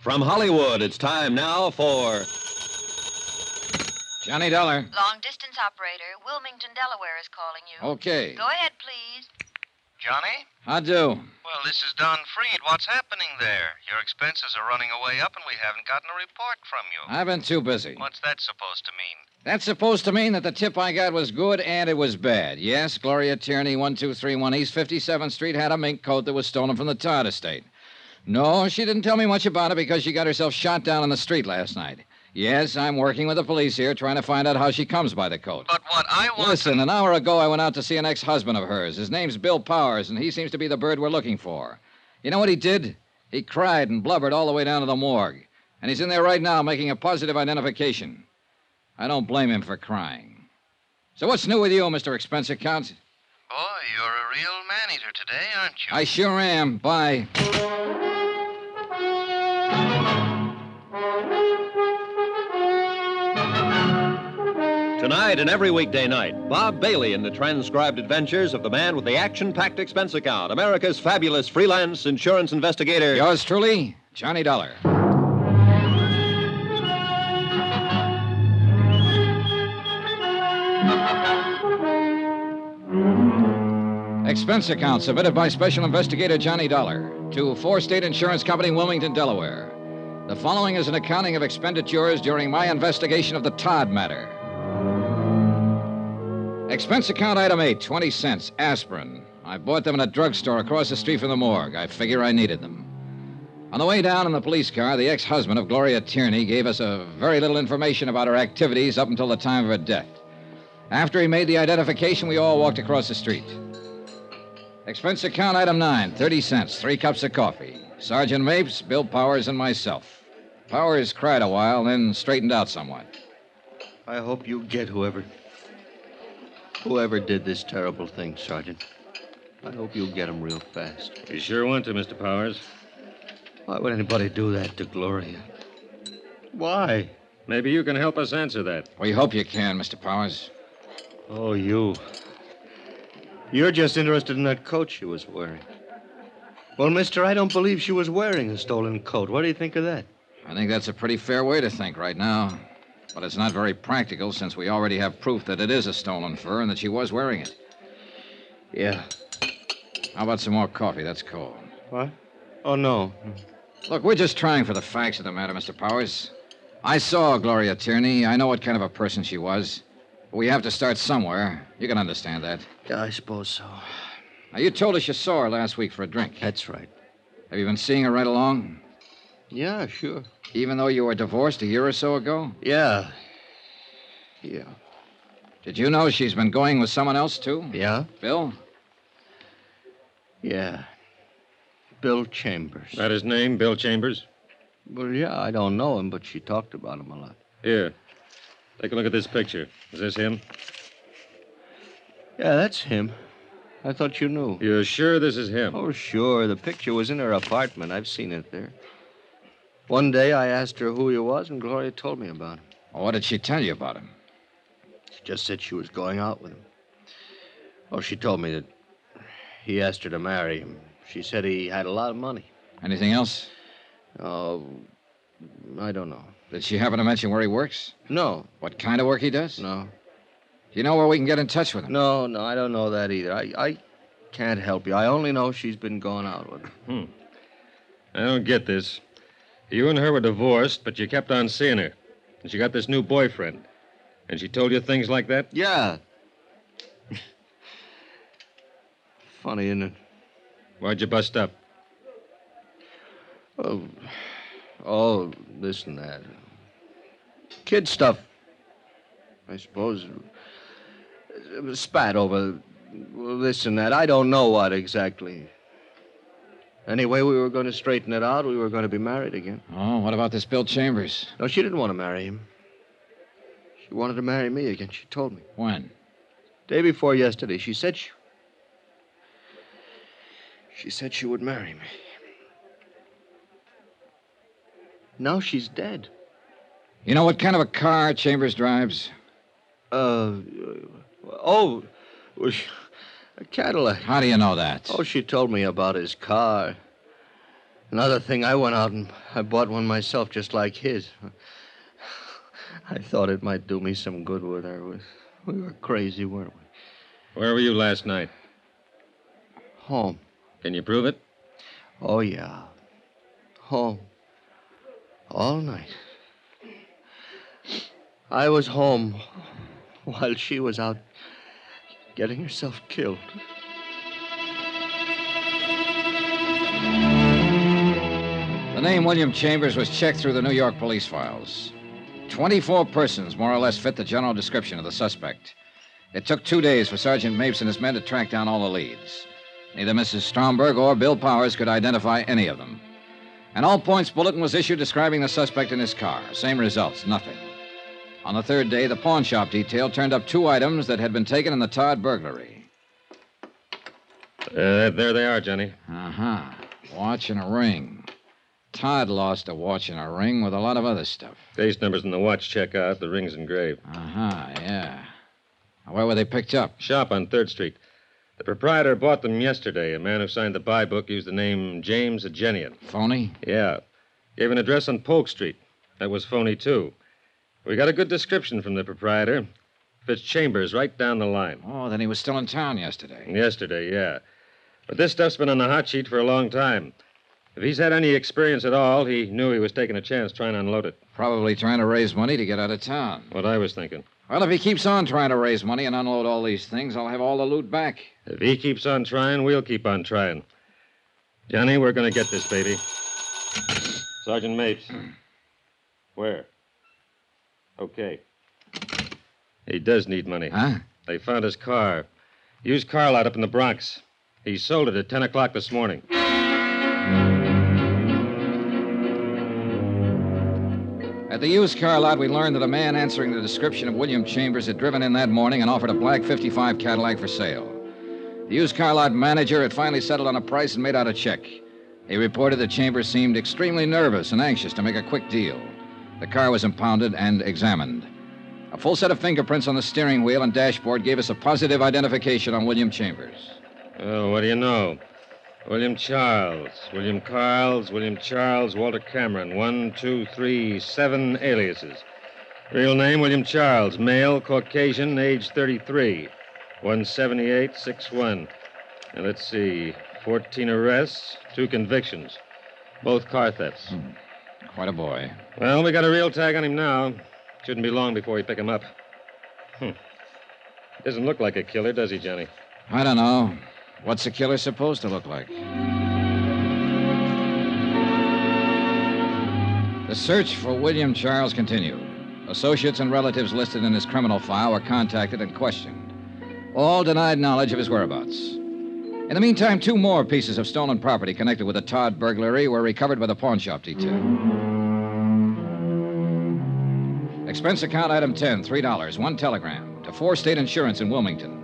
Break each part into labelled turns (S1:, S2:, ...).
S1: From Hollywood, it's time now for. Johnny Dollar.
S2: Long distance operator, Wilmington, Delaware is calling you.
S1: Okay.
S2: Go ahead, please.
S3: Johnny?
S1: I do.
S3: Well, this is Don Freed. What's happening there? Your expenses are running away up, and we haven't gotten a report from you.
S1: I've been too busy.
S3: What's that supposed to mean?
S1: That's supposed to mean that the tip I got was good and it was bad. Yes, Gloria Tierney, 1231 East 57th Street, had a mink coat that was stolen from the Todd estate. No, she didn't tell me much about it because she got herself shot down on the street last night. Yes, I'm working with the police here trying to find out how she comes by the coat.
S3: But what I want.
S1: Listen, an hour ago I went out to see an ex husband of hers. His name's Bill Powers, and he seems to be the bird we're looking for. You know what he did? He cried and blubbered all the way down to the morgue. And he's in there right now making a positive identification. I don't blame him for crying. So what's new with you, Mr. Expense Account?
S3: Boy, you're a real man eater today, aren't you?
S1: I sure am. Bye.
S4: Tonight and every weekday night, Bob Bailey in the transcribed adventures of the man with the action packed expense account, America's fabulous freelance insurance investigator.
S1: Yours truly, Johnny Dollar. Expense account submitted by Special Investigator Johnny Dollar to Four State Insurance Company, Wilmington, Delaware. The following is an accounting of expenditures during my investigation of the Todd matter. Expense account item 8, 20 cents, aspirin. I bought them in a drugstore across the street from the morgue. I figure I needed them. On the way down in the police car, the ex husband of Gloria Tierney gave us a very little information about her activities up until the time of her death. After he made the identification, we all walked across the street. Expense account item 9, 30 cents, three cups of coffee. Sergeant Mapes, Bill Powers, and myself. Powers cried a while, then straightened out somewhat.
S5: I hope you get whoever. Whoever did this terrible thing, Sergeant. I hope you get him real fast.
S6: You sure want to, Mr. Powers.
S5: Why would anybody do that to Gloria? Why?
S6: Maybe you can help us answer that.
S1: We hope you can, Mr. Powers.
S5: Oh, you. You're just interested in that coat she was wearing. Well, mister, I don't believe she was wearing a stolen coat. What do you think of that?
S1: I think that's a pretty fair way to think right now. But it's not very practical since we already have proof that it is a stolen fur and that she was wearing it.
S5: Yeah.
S1: How about some more coffee? That's cold.
S5: What? Oh, no.
S1: Look, we're just trying for the facts of the matter, Mr. Powers. I saw Gloria Tierney. I know what kind of a person she was. But we have to start somewhere. You can understand that.
S5: Yeah, I suppose so.
S1: Now, you told us you saw her last week for a drink.
S5: That's right.
S1: Have you been seeing her right along?
S5: Yeah, sure.
S1: Even though you were divorced a year or so ago?
S5: Yeah. Yeah.
S1: Did you know she's been going with someone else, too?
S5: Yeah?
S1: Bill?
S5: Yeah. Bill Chambers.
S6: That his name, Bill Chambers?
S5: Well, yeah, I don't know him, but she talked about him a lot.
S6: Here. Take a look at this picture. Is this him?
S5: Yeah, that's him. I thought you knew.
S6: You're sure this is him?
S5: Oh, sure. The picture was in her apartment. I've seen it there. One day I asked her who he was, and Gloria told me about him.
S1: Well, what did she tell you about him?
S5: She just said she was going out with him. Oh, she told me that he asked her to marry him. She said he had a lot of money.
S1: Anything else?
S5: Oh, I don't know.
S1: Did she happen to mention where he works?
S5: No,
S1: What kind of work he does?
S5: no,
S1: Do you know where we can get in touch with him?
S5: no, no, I don't know that either. I, I can't help you. I only know she's been going out with him.
S6: I don't get this. You and her were divorced, but you kept on seeing her. And she got this new boyfriend. And she told you things like that?
S5: Yeah. Funny, isn't it?
S6: Why'd you bust up?
S5: Oh, oh, this and that. Kid stuff. I suppose. It was spat over this and that. I don't know what exactly. Anyway, we were going to straighten it out. We were going to be married again.
S1: Oh, what about this Bill Chambers?
S5: No, she didn't want to marry him. She wanted to marry me again. She told me.
S1: When?
S5: Day before yesterday, she said she. She said she would marry me. Now she's dead.
S1: You know what kind of a car Chambers drives?
S5: Uh, oh, was a Cadillac.
S1: How do you know that?
S5: Oh, she told me about his car. Another thing, I went out and I bought one myself just like his. I thought it might do me some good with her. We- We were crazy, weren't we?
S6: Where were you last night?
S5: Home.
S6: Can you prove it?
S5: Oh, yeah. Home. All night. I was home while she was out getting herself killed.
S1: The name William Chambers was checked through the New York police files. 24 persons more or less fit the general description of the suspect. It took two days for Sergeant Mapes and his men to track down all the leads. Neither Mrs. Stromberg or Bill Powers could identify any of them. An all points bulletin was issued describing the suspect and his car. Same results, nothing. On the third day, the pawn shop detail turned up two items that had been taken in the Todd burglary.
S6: Uh, there they are, Johnny.
S1: Uh huh. Watch and a ring. Todd lost a watch and a ring with a lot of other stuff.
S6: Case numbers and the watch check out. The ring's engraved.
S1: Uh huh, yeah. Now, Where were they picked up?
S6: Shop on 3rd Street. The proprietor bought them yesterday. A man who signed the buy book used the name James Agenian.
S1: Phony?
S6: Yeah. Gave an address on Polk Street. That was phony, too. We got a good description from the proprietor. Fits Chambers right down the line.
S1: Oh, then he was still in town yesterday.
S6: Yesterday, yeah. But this stuff's been on the hot sheet for a long time. If he's had any experience at all, he knew he was taking a chance trying to unload it.
S1: Probably trying to raise money to get out of town.
S6: What I was thinking.
S1: Well, if he keeps on trying to raise money and unload all these things, I'll have all the loot back.
S6: If he keeps on trying, we'll keep on trying. Johnny, we're going to get this baby. Sergeant Mapes. Where? Okay. He does need money.
S1: Huh?
S6: They found his car. Used car lot up in the Bronx. He sold it at 10 o'clock this morning.
S1: At the used car lot, we learned that a man answering the description of William Chambers had driven in that morning and offered a black 55 Cadillac for sale. The used car lot manager had finally settled on a price and made out a check. He reported that Chambers seemed extremely nervous and anxious to make a quick deal. The car was impounded and examined. A full set of fingerprints on the steering wheel and dashboard gave us a positive identification on William Chambers.
S6: Oh, what do you know? William Charles. William Carls. William Charles. Walter Cameron. One, two, three, seven aliases. Real name William Charles. Male, Caucasian, age 33. 178, 61. And let's see. 14 arrests, two convictions. Both car thefts.
S1: Quite a boy.
S6: Well, we got a real tag on him now. Shouldn't be long before we pick him up. Hmm. Doesn't look like a killer, does he, Johnny?
S1: I don't know. What's a killer supposed to look like? The search for William Charles continued. Associates and relatives listed in his criminal file were contacted and questioned. All denied knowledge of his whereabouts. In the meantime, two more pieces of stolen property connected with the Todd burglary were recovered by the pawn shop detail. Expense account item 10, $3, one telegram to Four State Insurance in Wilmington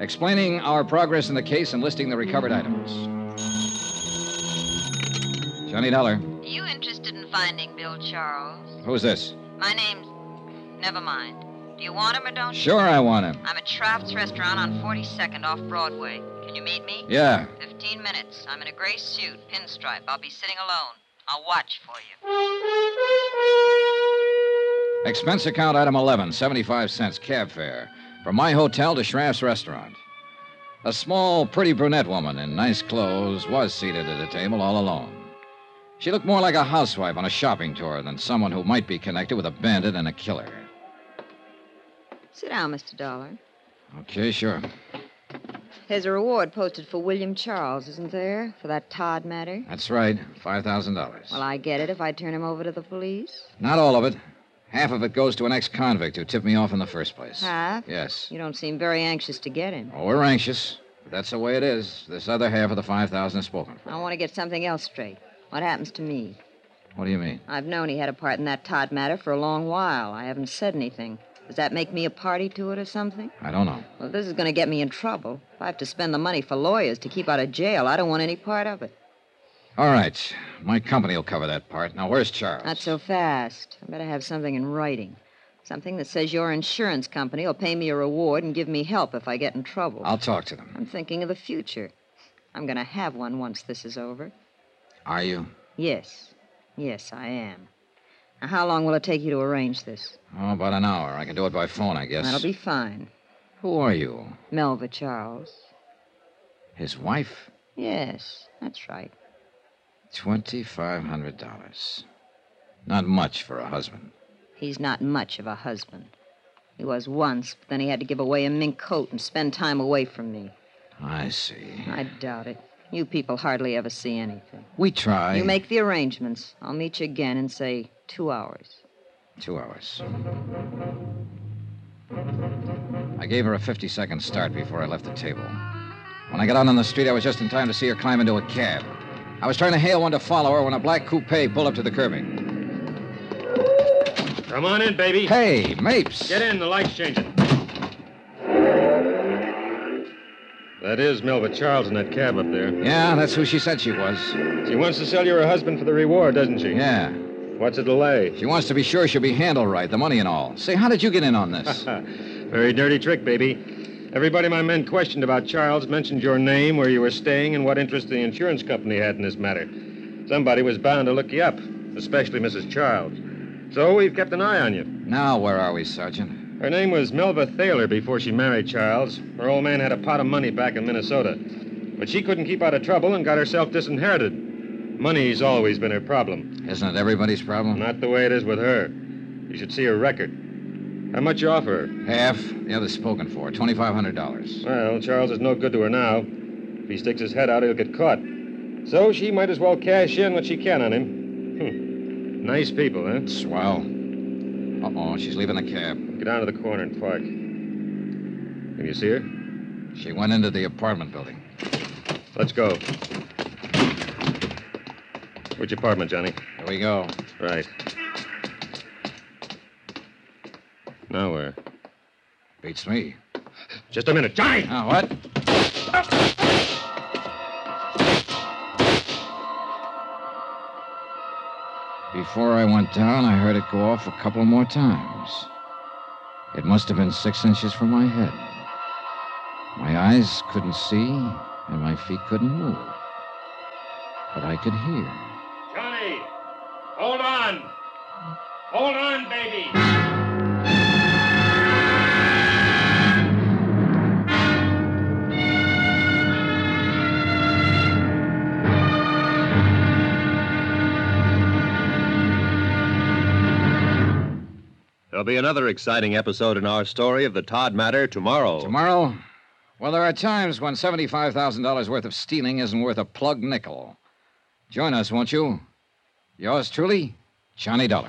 S1: explaining our progress in the case and listing the recovered items. Johnny Dollar,
S2: You interested in finding Bill Charles?
S1: who's this?
S2: My name's. Never mind. Do you want him or don't you?
S1: Sure, I want him.
S2: I'm at Traft's restaurant on 42nd off Broadway. Can you meet me?
S1: Yeah.
S2: 15 minutes. I'm in a gray suit, pinstripe. I'll be sitting alone. I'll watch for you.
S1: Expense account item 11, 75 cents cab fare from my hotel to Schraff's restaurant. A small, pretty brunette woman in nice clothes was seated at a table all alone. She looked more like a housewife on a shopping tour than someone who might be connected with a bandit and a killer.
S2: Sit down, Mr. Dollar.
S1: Okay, sure.
S2: There's a reward posted for William Charles, isn't there? For that Todd matter?
S1: That's right, $5,000.
S2: Well, I get it if I turn him over to the police.
S1: Not all of it. Half of it goes to an ex convict who tipped me off in the first place.
S2: Half?
S1: Yes.
S2: You don't seem very anxious to get him.
S1: Oh, we're anxious. But that's the way it is. This other half of the 5,000 is spoken for.
S2: I want to get something else straight. What happens to me?
S1: What do you mean?
S2: I've known he had a part in that Todd matter for a long while. I haven't said anything. Does that make me a party to it or something?
S1: I don't know.
S2: Well, this is going to get me in trouble. If I have to spend the money for lawyers to keep out of jail, I don't want any part of it.
S1: All right. My company will cover that part. Now, where's Charles?
S2: Not so fast. I better have something in writing. Something that says your insurance company will pay me a reward and give me help if I get in trouble.
S1: I'll talk to them.
S2: I'm thinking of the future. I'm going to have one once this is over.
S1: Are you?
S2: Yes. Yes, I am. Now, how long will it take you to arrange this?
S1: Oh, about an hour. I can do it by phone, I guess.
S2: That'll be fine.
S1: Who are you?
S2: Melva Charles.
S1: His wife?
S2: Yes, that's right.
S1: $2,500. Not much for a husband.
S2: He's not much of a husband. He was once, but then he had to give away a mink coat and spend time away from me.
S1: I see.
S2: I doubt it. You people hardly ever see anything.
S1: We try.
S2: You make the arrangements. I'll meet you again in, say, two hours.
S1: Two hours. I gave her a 50 second start before I left the table. When I got out on the street, I was just in time to see her climb into a cab. I was trying to hail one to follow her when a black coupe pulled up to the curbing.
S6: Come on in, baby.
S1: Hey, Mapes!
S6: Get in. The light's changing. That is Melva Charles in that cab up there.
S1: Yeah, that's who she said she was.
S6: She wants to sell you her husband for the reward, doesn't she?
S1: Yeah.
S6: What's the delay?
S1: She wants to be sure she'll be handled right, the money and all. Say, how did you get in on this?
S6: Ah, Very dirty trick, baby. Everybody my men questioned about Charles mentioned your name, where you were staying, and what interest the insurance company had in this matter. Somebody was bound to look you up, especially Mrs. Charles. So we've kept an eye on you.
S1: now, where are we, Sergeant?
S6: Her name was Melva Thaler before she married Charles. Her old man had a pot of money back in Minnesota. But she couldn't keep out of trouble and got herself disinherited. Money's always been her problem.
S1: Isn't it everybody's problem?
S6: Not the way it is with her. You should see her record. How much you offer her?
S1: Half, the other's spoken for, $2,500.
S6: Well, Charles is no good to her now. If he sticks his head out, he'll get caught. So she might as well cash in what she can on him. Hmm. Nice people, huh?
S1: Swell. Uh oh, she's leaving the cab.
S6: Get down to the corner and park. Can you see her?
S1: She went into the apartment building.
S6: Let's go. Which apartment, Johnny?
S1: Here we go.
S6: Right. Now where?
S1: Beats me.
S6: Just a minute, Johnny!
S1: Now, what? Before I went down, I heard it go off a couple more times. It must have been six inches from my head. My eyes couldn't see, and my feet couldn't move. But I could hear.
S6: Johnny! Hold on! Hold on, baby!
S4: There'll be another exciting episode in our story of the Todd matter tomorrow.
S1: Tomorrow? Well, there are times when $75,000 worth of stealing isn't worth a plug nickel. Join us, won't you? Yours truly, Johnny Dollar.